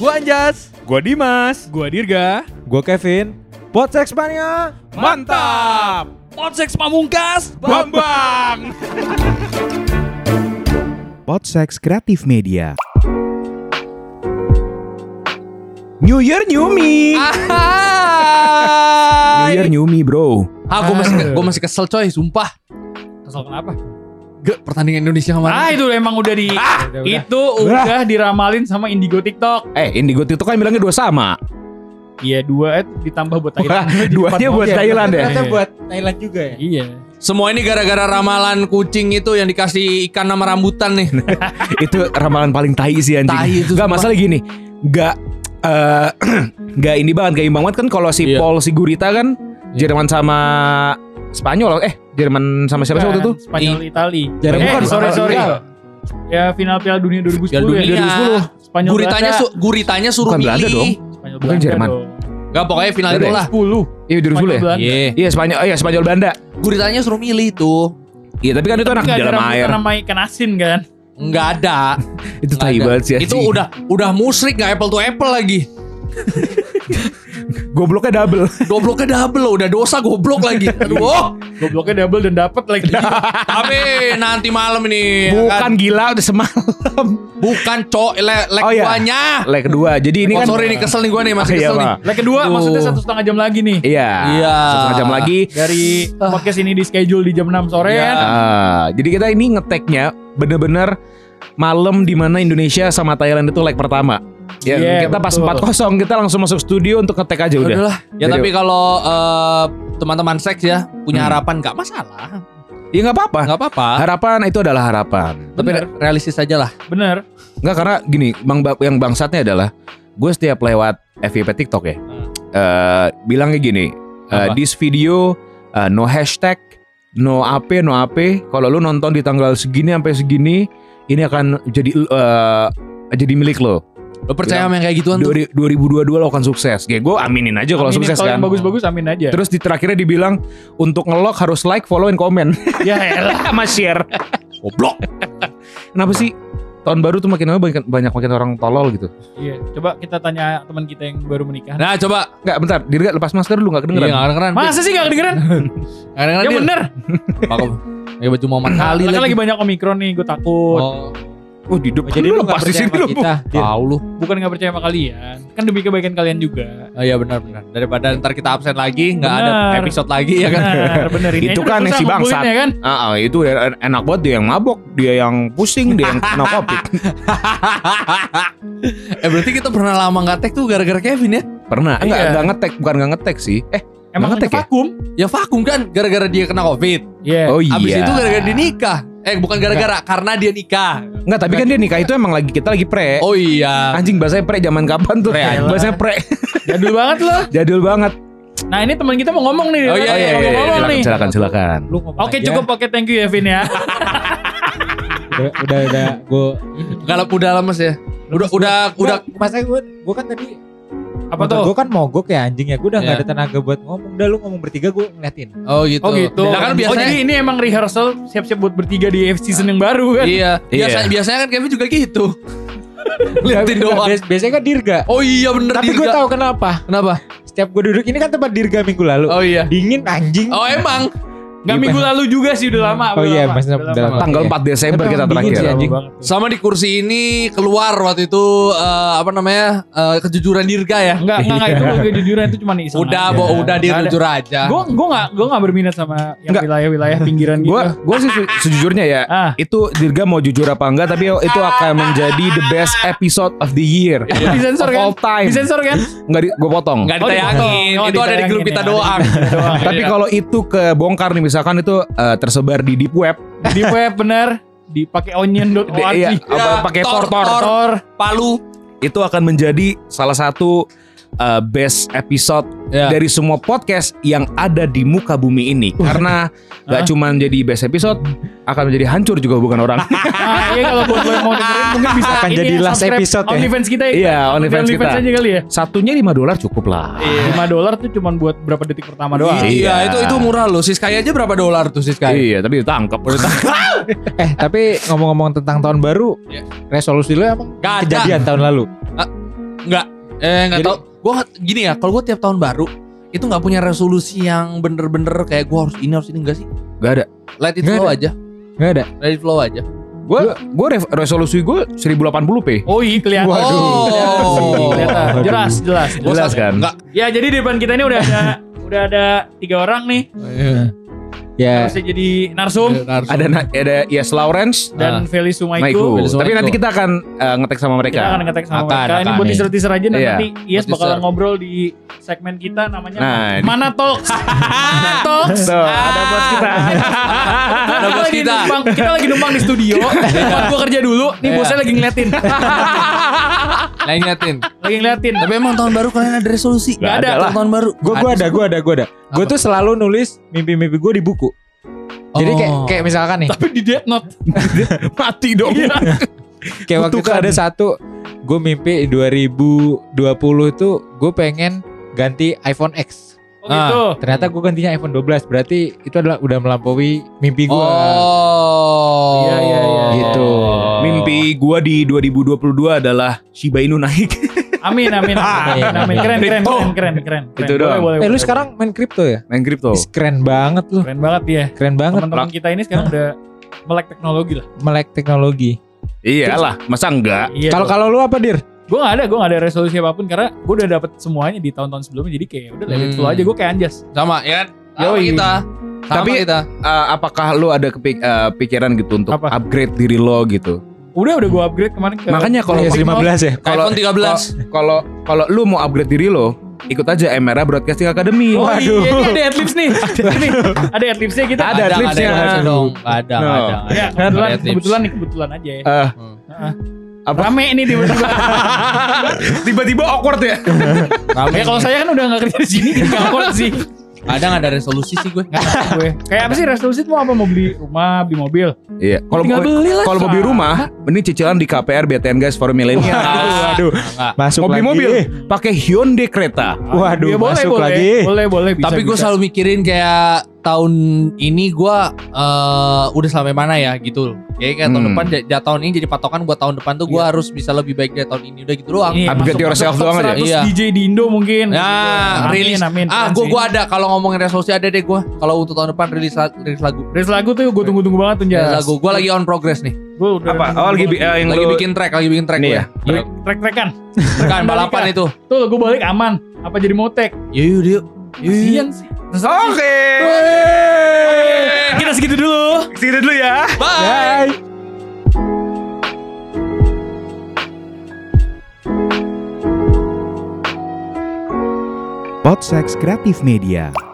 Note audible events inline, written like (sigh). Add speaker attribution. Speaker 1: Gua Anjas.
Speaker 2: Gua Dimas.
Speaker 3: Gua Dirga.
Speaker 4: Gua Kevin. Potsex Mania.
Speaker 2: Mantap.
Speaker 3: Potseks Pamungkas.
Speaker 2: Bambang.
Speaker 5: Podsex Kreatif Media. New Year New Me. New Year New Me, Bro.
Speaker 1: (laughs) Ah, gua masih gua masih kesel coy, sumpah.
Speaker 3: Kesel kenapa?
Speaker 1: Gak pertandingan Indonesia kemarin.
Speaker 3: Ah itu emang udah di
Speaker 4: Udah, udah.
Speaker 3: itu udah diramalin sama Indigo TikTok.
Speaker 5: Eh, Indigo TikTok kan bilangnya dua sama.
Speaker 3: Iya dua eh, ditambah buat
Speaker 4: Iya,
Speaker 5: Wah,
Speaker 3: Iya. Thailand. Jadi
Speaker 5: (laughs) duanya
Speaker 3: empat
Speaker 5: buat
Speaker 3: banget.
Speaker 5: Thailand ya.
Speaker 4: Ternyata Iya, buat Thailand juga ya.
Speaker 3: Iya.
Speaker 1: Semua ini gara-gara ramalan kucing itu yang dikasih ikan nama rambutan nih.
Speaker 5: itu ramalan paling tai sih anjing.
Speaker 1: Tai
Speaker 5: Gak
Speaker 1: itu sumpah.
Speaker 5: masalah gini. Gak eh (clears throat) gak ini banget, gak imbang banget kan kalau si
Speaker 1: Iya.
Speaker 5: Paul Sigurita kan Jerman sama Spanyol eh Jerman sama siapa sih waktu itu?
Speaker 3: Spanyol Itali.
Speaker 4: Jarang
Speaker 3: eh,
Speaker 4: bukan,
Speaker 3: sorry
Speaker 4: Spanyol
Speaker 3: sorry.
Speaker 4: Itali.
Speaker 3: Ya final Piala Dunia 2010
Speaker 1: Piala
Speaker 3: ya.
Speaker 1: Dunia.
Speaker 3: 2010. Spanyol
Speaker 1: guritanya
Speaker 3: Belanda.
Speaker 1: su guritanya suruh
Speaker 5: Bukan Belanda dong.
Speaker 1: milih.
Speaker 3: Spanyol
Speaker 5: bukan
Speaker 3: Belanda
Speaker 5: Jerman.
Speaker 3: dong.
Speaker 1: Gak pokoknya final itu lah.
Speaker 3: 10.
Speaker 5: Iya 2010 ya.
Speaker 3: Spanyol Belanda.
Speaker 1: Iya.
Speaker 5: Iya Spanyol, oh, iya Spanyol Belanda.
Speaker 1: Guritanya suruh milih tuh.
Speaker 5: Iya tapi kan itu anak
Speaker 3: Nggak
Speaker 5: di
Speaker 3: ada
Speaker 5: dalam
Speaker 3: rambutan
Speaker 5: air.
Speaker 3: sama ikan asin kan.
Speaker 1: Nggak
Speaker 5: (laughs)
Speaker 1: ada.
Speaker 5: Itu
Speaker 1: Nggak
Speaker 5: tai
Speaker 1: ada.
Speaker 5: banget sih.
Speaker 1: Itu
Speaker 5: anjing.
Speaker 1: udah udah musrik nggak apple to apple lagi.
Speaker 5: gobloknya
Speaker 1: (laughs)
Speaker 5: double.
Speaker 1: Gobloknya double loh, udah dosa goblok
Speaker 5: (laughs)
Speaker 1: lagi. Aduh. oh.
Speaker 3: Gobloknya double dan dapat lagi.
Speaker 1: Tapi nanti malam ini ya
Speaker 5: Bukan
Speaker 1: kan?
Speaker 5: gila udah semalam. (laughs)
Speaker 1: bukan cok le leg
Speaker 5: Oh, iya.
Speaker 1: duanya.
Speaker 5: Leg kedua. Jadi ini
Speaker 1: Oh,
Speaker 5: kan
Speaker 1: sorry nih kesel nih gue nih masih
Speaker 5: Iya,
Speaker 1: kesel nih.
Speaker 5: Pak.
Speaker 3: Leg kedua
Speaker 1: Aduh.
Speaker 3: maksudnya satu setengah jam lagi nih.
Speaker 5: Iya.
Speaker 1: Iya.
Speaker 5: Setengah jam lagi.
Speaker 3: Dari podcast ini di schedule di jam 6 sore
Speaker 1: Iya.
Speaker 3: kan.
Speaker 5: Ah, jadi kita ini ngeteknya bener-bener malam di mana Indonesia sama Thailand itu leg pertama. Ya,
Speaker 3: Iya,
Speaker 5: kita pas
Speaker 3: betul.
Speaker 5: 4-0 kita langsung masuk studio untuk ngetek aja udah.
Speaker 1: Udah lah. Ya
Speaker 5: Jadi-
Speaker 1: tapi kalau eh, teman-teman seks ya punya
Speaker 5: Hmm.
Speaker 1: harapan nggak masalah.
Speaker 5: Ya nggak apa-apa.
Speaker 1: Nggak apa-apa.
Speaker 5: Harapan itu adalah harapan.
Speaker 1: Tapi
Speaker 3: Bener.
Speaker 1: re- realistis aja lah.
Speaker 3: Bener.
Speaker 5: Nggak karena gini, bang yang bangsatnya adalah gue setiap lewat FYP TikTok ya.
Speaker 3: Hmm.
Speaker 5: eh, bilangnya gini, eh,
Speaker 1: Apa?
Speaker 5: this video eh, no hashtag, no AP, no AP. Kalau lu nonton di tanggal segini sampai segini, ini akan jadi eh, jadi milik lo.
Speaker 1: Lo percaya sama yang kayak gituan tuh?
Speaker 5: Dua- 2022 lo akan sukses. Ya gue aminin aja kalau
Speaker 3: Aminin,
Speaker 5: sukses
Speaker 3: kalau
Speaker 5: kan.
Speaker 3: yang bagus-bagus amin aja.
Speaker 5: Terus di terakhirnya dibilang untuk nge-lock harus like, follow, and comment.
Speaker 3: ya elah.
Speaker 5: Sama share. Goblok. Kenapa sih tahun baru tuh makin lama banyak, banyak makin orang tolol gitu.
Speaker 3: Iya, coba kita tanya teman kita yang baru menikah.
Speaker 1: Nah coba.
Speaker 5: Enggak, bentar. Dirga lepas masker dulu nggak kedengeran.
Speaker 1: Iya nggak kedengeran. Dir.
Speaker 3: Masa sih gak kedengeran?
Speaker 1: Nggak kedengeran.
Speaker 3: ya
Speaker 1: Dir.
Speaker 3: bener.
Speaker 1: Pakai pakai baju
Speaker 5: Nah,
Speaker 1: Muhammad kali
Speaker 3: Kan
Speaker 1: lagi.
Speaker 3: lagi banyak omikron nih, gue takut.
Speaker 1: Oh,
Speaker 5: Oh, di depan
Speaker 4: Jadi
Speaker 5: lu
Speaker 4: lu nggak
Speaker 5: lepas di
Speaker 4: percaya
Speaker 5: sini
Speaker 4: sama
Speaker 5: lu. Iya.
Speaker 4: kita. Dir.
Speaker 1: tahu lu.
Speaker 3: Bukan gak percaya sama kalian, kan demi kebaikan kalian juga.
Speaker 1: Oh, iya benar benar. Daripada ntar kita absen lagi, nggak ada
Speaker 3: Benar.
Speaker 1: episode lagi ya kan.
Speaker 3: Bener, bener. Ini
Speaker 5: Itu
Speaker 3: aja
Speaker 5: kan yang
Speaker 3: udah
Speaker 5: si
Speaker 3: susah
Speaker 5: bangsat.
Speaker 3: ngumpulinnya, kan?
Speaker 5: Ah, ah, itu ya, en- enak banget dia yang mabok, dia yang pusing, dia yang kena covid.
Speaker 1: eh berarti kita pernah lama nggak tag tuh gara-gara Kevin ya?
Speaker 5: Pernah? Enggak,
Speaker 3: Iya.
Speaker 5: enggak ngetek, bukan enggak ngetek sih. Eh,
Speaker 3: Emang
Speaker 5: Ngetek
Speaker 3: ada
Speaker 5: ya?
Speaker 3: vakum.
Speaker 1: Ya vakum kan gara-gara dia kena covid.
Speaker 3: Iya.
Speaker 5: oh iya.
Speaker 1: Abis itu gara-gara dia nikah. Eh bukan gara-gara karena dia nikah.
Speaker 5: Enggak, tapi kan dia nikah itu emang lagi kita lagi pre.
Speaker 3: Eh.
Speaker 1: Oh iya.
Speaker 5: Anjing bahasanya pre zaman kapan tuh?
Speaker 1: Pre, anjing.
Speaker 5: bahasanya pre.
Speaker 3: Jadul banget loh.
Speaker 5: Jadul banget.
Speaker 3: Nah ini teman kita mau ngomong nih.
Speaker 1: Oh, iya,
Speaker 3: Mau
Speaker 1: iya, iya, iya,
Speaker 3: ngomong
Speaker 5: silakan,
Speaker 3: nih.
Speaker 5: silakan, silakan.
Speaker 4: Lu ngomong
Speaker 3: Oke
Speaker 4: aja.
Speaker 3: cukup, oke thank you ya Vin ya.
Speaker 4: Udah udah, udah gue
Speaker 1: Kalau udah lemes ya. Udah udah udah
Speaker 4: Masa gue gue kan tadi
Speaker 3: Apa tuh?
Speaker 4: Gue kan mogok ya anjing ya. Gue udah
Speaker 1: Iya.
Speaker 4: nggak ada tenaga buat ngomong. Udah lu ngomong bertiga gue ngeliatin.
Speaker 1: Oh gitu.
Speaker 3: Oh gitu.
Speaker 1: Nah, kan
Speaker 3: Oh
Speaker 1: biasanya
Speaker 3: jadi ini emang rehearsal siap-siap buat bertiga di season yang baru kan?
Speaker 1: Iya.
Speaker 5: Iya.
Speaker 1: Biasa- biasanya kan Kevin juga
Speaker 3: (laughs)
Speaker 1: gitu. Liatin doang.
Speaker 4: Bias- biasanya kan Dirga.
Speaker 1: Oh iya bener
Speaker 4: Tapi gue
Speaker 1: Dirga.
Speaker 4: tahu kenapa.
Speaker 1: Kenapa?
Speaker 4: Setiap gue duduk ini kan tempat Dirga minggu lalu.
Speaker 1: Oh iya.
Speaker 4: Dingin anjing.
Speaker 1: Oh emang.
Speaker 3: Gak
Speaker 1: iya,
Speaker 3: minggu lalu juga sih udah lama.
Speaker 4: Oh
Speaker 3: udah
Speaker 4: iya,
Speaker 3: lama,
Speaker 4: maksudnya
Speaker 3: udah
Speaker 4: udah
Speaker 3: lama.
Speaker 4: lama.
Speaker 5: Tanggal
Speaker 4: Oke.
Speaker 5: 4 Desember
Speaker 4: Tapi
Speaker 5: kita
Speaker 4: emang dingin
Speaker 5: terakhir.
Speaker 4: sih, anjing.
Speaker 1: Sama di kursi ini keluar waktu itu eh, apa namanya eh, kejujuran Dirga ya.
Speaker 3: Enggak, enggak, enggak itu kejujuran itu cuma iseng.
Speaker 1: Udah, bo, udah Dir jujur aja.
Speaker 3: Gue gue enggak gue enggak berminat sama yang
Speaker 5: Nggak.
Speaker 3: wilayah-wilayah pinggiran gitu.
Speaker 5: Gue
Speaker 3: (laughs)
Speaker 5: gue sih se- sejujurnya ya,
Speaker 3: Ah.
Speaker 5: itu Dirga mau jujur apa enggak tapi itu akan menjadi the best episode of the year.
Speaker 3: Itu disensor
Speaker 5: Of
Speaker 3: kan?
Speaker 5: all time.
Speaker 3: Disensor kan?
Speaker 5: Enggak gue potong.
Speaker 1: Nggak
Speaker 3: Oh,
Speaker 1: ditayangin. itu
Speaker 3: dipotong. Oh,
Speaker 1: ada di
Speaker 3: ditayangin
Speaker 1: grup
Speaker 3: ya,
Speaker 1: kita
Speaker 3: ada di (laughs)
Speaker 1: doang.
Speaker 3: grup kita doang.
Speaker 5: Tapi kalau itu kebongkar nih misalkan itu eh, tersebar di deep web,
Speaker 3: Di web bener dipakai onion dot
Speaker 5: di- iya, apa,
Speaker 1: Ya,
Speaker 5: pakai
Speaker 1: tor,
Speaker 5: tor, tor,
Speaker 1: tor.
Speaker 3: Tor.
Speaker 1: Palu.
Speaker 5: itu akan menjadi salah satu eh, best episode
Speaker 1: Ya.
Speaker 5: dari semua podcast yang ada di muka bumi ini karena
Speaker 3: Hah?
Speaker 5: gak cuma menjadi best episode akan menjadi hancur juga bukan orang
Speaker 3: (laughs) Nah, iya kalau buat lo yang mau dengerin mungkin bisa
Speaker 4: Akan
Speaker 3: ini
Speaker 4: jadi last
Speaker 3: subscribe
Speaker 4: episode ya.
Speaker 3: OnlyFans Iya. kita ya.
Speaker 5: iya OnlyFans
Speaker 3: Di
Speaker 5: kita
Speaker 3: aja kali ya.
Speaker 5: satunya 5 dolar cukup lah
Speaker 3: 5 dolar tuh cuma buat berapa detik pertama doang.
Speaker 5: Iya.
Speaker 1: Iya, itu itu murah loh. Siskaya aja berapa dolar tuh Siskaya?
Speaker 5: iya tapi ditangkap
Speaker 3: (laughs)
Speaker 4: Eh tapi ngomong-ngomong tentang tahun baru,
Speaker 1: Iya.
Speaker 4: resolusi lu emang
Speaker 1: Gak ada.
Speaker 4: kejadian tahun lalu.
Speaker 1: Enggak. Eh enggak
Speaker 5: Jadi-
Speaker 1: tahu. Gua nggak- gini ya, kalau gua tiap tahun baru itu nggak punya resolusi yang bener-bener kayak gua harus ini harus ini enggak sih?
Speaker 5: Gak ada.
Speaker 1: Let it
Speaker 4: Nggak
Speaker 1: flow
Speaker 4: ada.
Speaker 1: aja.
Speaker 4: Nggak ada.
Speaker 1: Let it flow aja.
Speaker 5: Gue gue resolusi gue 1080p.
Speaker 3: Oh iya kelihatan.
Speaker 1: Waduh.
Speaker 3: Kelihatan, kelihatan.
Speaker 5: Waduh.
Speaker 3: Jelas, jelas.
Speaker 1: Gua
Speaker 5: Jelas
Speaker 1: sampai-
Speaker 5: kan?
Speaker 1: Enggak.
Speaker 3: Ya jadi di depan kita ini udah ada udah ada tiga orang nih.
Speaker 1: Iya.
Speaker 4: Ya.
Speaker 3: Harusnya jadi Narsum
Speaker 5: Ada na- ada Yes Lawrence,
Speaker 3: dan Feli eh. Sumaiku.
Speaker 5: Maiku.
Speaker 1: Maiku.
Speaker 5: Tapi nanti kita akan eh, ngetek sama
Speaker 3: Kita akan
Speaker 5: mereka.
Speaker 3: ngetek sama
Speaker 1: Akan,
Speaker 3: mereka. Ini
Speaker 1: akan
Speaker 3: buat
Speaker 1: nih.
Speaker 3: teaser teaser aja dan
Speaker 5: Iya.
Speaker 3: nanti Yes
Speaker 1: Buat
Speaker 3: bakal
Speaker 1: teaser.
Speaker 3: ngobrol di segmen kita namanya
Speaker 5: Nah, ini.
Speaker 3: Mana Talks. Mana Talks. Ah.
Speaker 5: Tuh, ada bos kita.
Speaker 1: Ada
Speaker 3: Kita
Speaker 1: bos
Speaker 3: lagi
Speaker 1: kita.
Speaker 3: numpang- kita lagi numpang di studio. Tempat gua kerja dulu. Nih
Speaker 1: Iya.
Speaker 3: bosnya lagi ngeliatin.
Speaker 1: Nah, ingatin.
Speaker 3: lagi ngeliatin.
Speaker 1: Tapi emang tahun baru kalian ada resolusi?
Speaker 5: Nggak ada
Speaker 1: untuk
Speaker 5: lah.
Speaker 1: tahun baru.
Speaker 4: Gue gua ada, gue ada, gue ada. Gue
Speaker 1: Apa?
Speaker 4: tuh selalu nulis mimpi-mimpi gue di buku. Jadi kayak
Speaker 1: Oh.
Speaker 4: kayak misalkan nih,
Speaker 3: Tapi di Death Note.
Speaker 5: Mati dong.
Speaker 3: Iya.
Speaker 4: kayak waktu itu ada satu gue mimpi 2020 itu gue pengen ganti iPhone X.
Speaker 3: Oh gitu.
Speaker 4: Ternyata gue gantinya iPhone 12. Berarti itu adalah udah melampaui mimpi gue.
Speaker 1: Oh.
Speaker 3: Iya, iya, iya.
Speaker 4: Gitu.
Speaker 5: (laughs) Oh. Mimpi gue di 2022 adalah Shiba Inu naik.
Speaker 3: Amin amin amin amin keren keren keren keren keren. keren.
Speaker 5: Itu
Speaker 3: Boleh,
Speaker 5: doang.
Speaker 3: boleh,
Speaker 4: Eh lu
Speaker 3: boleh.
Speaker 4: sekarang main kripto ya?
Speaker 5: Main kripto.
Speaker 4: Is, Keren banget lu.
Speaker 3: keren banget ya.
Speaker 4: Keren banget
Speaker 3: Teman-teman kita ini sekarang udah melek teknologi lah.
Speaker 4: melek teknologi.
Speaker 5: Iyalah, masa enggak?
Speaker 3: Iya.
Speaker 4: Kalau kalau lu apa dir?
Speaker 3: gue gak ada, gue gak ada resolusi apapun karena gue udah dapet semuanya di tahun-tahun sebelumnya jadi kayak udah let it flow
Speaker 1: Hmm.
Speaker 3: aja gue kayak anjas.
Speaker 1: Sama ya kan? Sama
Speaker 3: Yoi.
Speaker 1: kita. Sama
Speaker 5: Tapi-
Speaker 1: kita.
Speaker 5: Eh, apakah lu ada kepik- eh, pikiran gitu untuk
Speaker 3: Apa?
Speaker 5: upgrade diri lo (laughs) gitu?
Speaker 3: Udah udah gue upgrade kemarin ke Iya,
Speaker 5: Makanya kalau
Speaker 4: Yes, 15 ya.
Speaker 5: kalau
Speaker 1: iPhone 13.
Speaker 5: kalau kalau lu mau upgrade diri lo, ikut aja MRA Broadcasting Academy.
Speaker 3: Oh
Speaker 5: Waduh.
Speaker 3: iya, ini ada adlibs nih. ini ada adlibsnya kita.
Speaker 5: Ada
Speaker 1: Nggak
Speaker 5: adlibsnya.
Speaker 1: nggak ada dong. Nggak ada, nggak
Speaker 5: No.
Speaker 1: ada. nggak
Speaker 3: Ya,
Speaker 1: ada.
Speaker 3: kebetulan,
Speaker 1: Ada adlibs.
Speaker 3: kebetulan nih kebetulan aja ya.
Speaker 5: Eh,
Speaker 3: Heeh.
Speaker 5: Apa? (laughs)
Speaker 3: Rame ini tiba-tiba.
Speaker 5: tiba-tiba awkward ya.
Speaker 1: Rame.
Speaker 3: ya kalau saya kan udah gak kerja di sini jadi gak awkward sih.
Speaker 1: Ada nggak ada resolusi sih gue?
Speaker 3: Nggak tahu gue. Kayak apa sih resolusi itu mau apa mau beli rumah, beli mobil.
Speaker 5: Iya. Kalau
Speaker 3: Tinggal
Speaker 5: mau-
Speaker 3: beli lah.
Speaker 5: kalau mau beli rumah, mending cicilan di KPR BTN guys for milenial.
Speaker 1: Waduh.
Speaker 4: Masuk
Speaker 5: Mau beli
Speaker 4: lagi.
Speaker 5: mobil, pakai Hyundai kereta.
Speaker 3: Ya,
Speaker 4: Waduh,
Speaker 3: boleh,
Speaker 4: masuk
Speaker 3: boleh,
Speaker 4: lagi.
Speaker 3: Boleh, boleh bisa.
Speaker 1: Tapi gue
Speaker 3: bisa.
Speaker 1: selalu mikirin kayak tahun ini gue eh, udah sampai mana ya gitu. Kayak kayak tahun
Speaker 5: Hmm.
Speaker 1: depan ja- ja- tahun ini jadi patokan buat tahun depan tuh gue harus bisa lebih baik dari tahun ini udah gitu doang.
Speaker 3: Iya,
Speaker 5: Upgrade
Speaker 3: masuk-
Speaker 5: yourself
Speaker 3: masuk
Speaker 5: doang aja.
Speaker 3: 100
Speaker 1: Iya.
Speaker 3: DJ di Indo mungkin.
Speaker 1: Ya,
Speaker 3: Amin,
Speaker 1: rilis.
Speaker 3: amin.
Speaker 1: Ah,
Speaker 3: Keren
Speaker 1: gue
Speaker 3: sih.
Speaker 1: gua ada kalau ngomongin resolusi ada deh gue. Kalau untuk tahun depan rilis la- rilis lagu.
Speaker 3: Rilis lagu tuh gue tunggu-tunggu banget tuh
Speaker 1: Rilis
Speaker 3: Jas.
Speaker 1: lagu. Gue lagi on progress nih.
Speaker 3: Gue udah
Speaker 5: Apa? Oh lagi bi- eh, yang
Speaker 1: Lagi
Speaker 5: lu-
Speaker 1: bikin track, lagi bikin track
Speaker 5: Ini
Speaker 1: gue.
Speaker 5: ya?
Speaker 3: Balik- Trek-trekan.
Speaker 1: Bukan eh, balapan itu.
Speaker 3: Tuh gue balik aman. Apa jadi motek?
Speaker 1: Yuk, yuk, yuk.
Speaker 3: Kasian sih.
Speaker 5: Oke.
Speaker 1: Eh.
Speaker 3: Kita segitu dulu.
Speaker 5: Segitu dulu ya.
Speaker 4: Bye.
Speaker 6: Podsex Kreatif Media